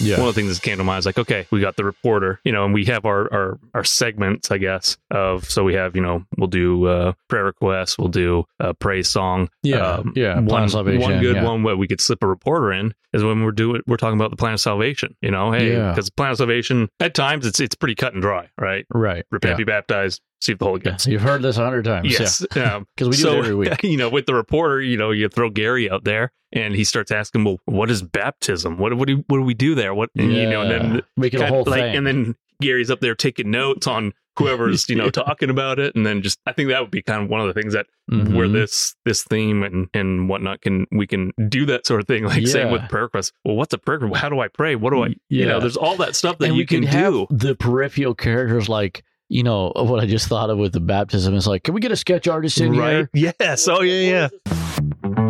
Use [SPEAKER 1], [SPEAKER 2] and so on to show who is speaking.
[SPEAKER 1] Yeah.
[SPEAKER 2] One of the things that came to mind is like, okay, we got the reporter, you know, and we have our our our segments, I guess, of so we have, you know, we'll do uh, prayer requests, we'll do a praise song. Um,
[SPEAKER 1] Yeah, yeah, plan
[SPEAKER 2] One,
[SPEAKER 1] of salvation,
[SPEAKER 2] one good
[SPEAKER 1] yeah.
[SPEAKER 2] one where we could slip a reporter in is when we're doing we're talking about the plan of salvation. You know, hey,
[SPEAKER 1] Yeah.
[SPEAKER 2] because the plan of salvation at times it's it's pretty cut and dry, right?
[SPEAKER 1] Right.
[SPEAKER 2] Repent,
[SPEAKER 1] Yeah.
[SPEAKER 2] be baptized, receive the Holy
[SPEAKER 1] Yeah.
[SPEAKER 2] Ghost.
[SPEAKER 1] You've heard this a hundred times.
[SPEAKER 2] Yes. Um,
[SPEAKER 1] Because we do
[SPEAKER 2] so,
[SPEAKER 1] it every week.
[SPEAKER 2] You know, with the reporter, you know, you throw Gary out there and he starts asking, well, what is baptism? What, what, do, what do we do there? What, and, you know, and then
[SPEAKER 1] make it a
[SPEAKER 2] kind of
[SPEAKER 1] whole
[SPEAKER 2] like,
[SPEAKER 1] thing.
[SPEAKER 2] and then Gary's up there taking notes on whoever's, you know,
[SPEAKER 1] Yeah.
[SPEAKER 2] talking about it. And then just, I think that would be kind of one of the things that
[SPEAKER 1] Mhm.
[SPEAKER 2] where this, this theme and, and whatnot can, we can do that sort of thing. Like same with
[SPEAKER 1] Yeah.
[SPEAKER 2] prayer requests. Well, what's a prayer? request? How do I pray? What do I, you
[SPEAKER 1] Yeah.
[SPEAKER 2] know, there's all that stuff that
[SPEAKER 1] and
[SPEAKER 2] you
[SPEAKER 1] we could
[SPEAKER 2] can
[SPEAKER 1] have
[SPEAKER 2] do.
[SPEAKER 1] the peripheral characters like you know what I just thought of with the baptism. It's like, can we get a sketch artist in
[SPEAKER 2] Right.
[SPEAKER 1] here?
[SPEAKER 2] Yes. Oh yeah. Yeah.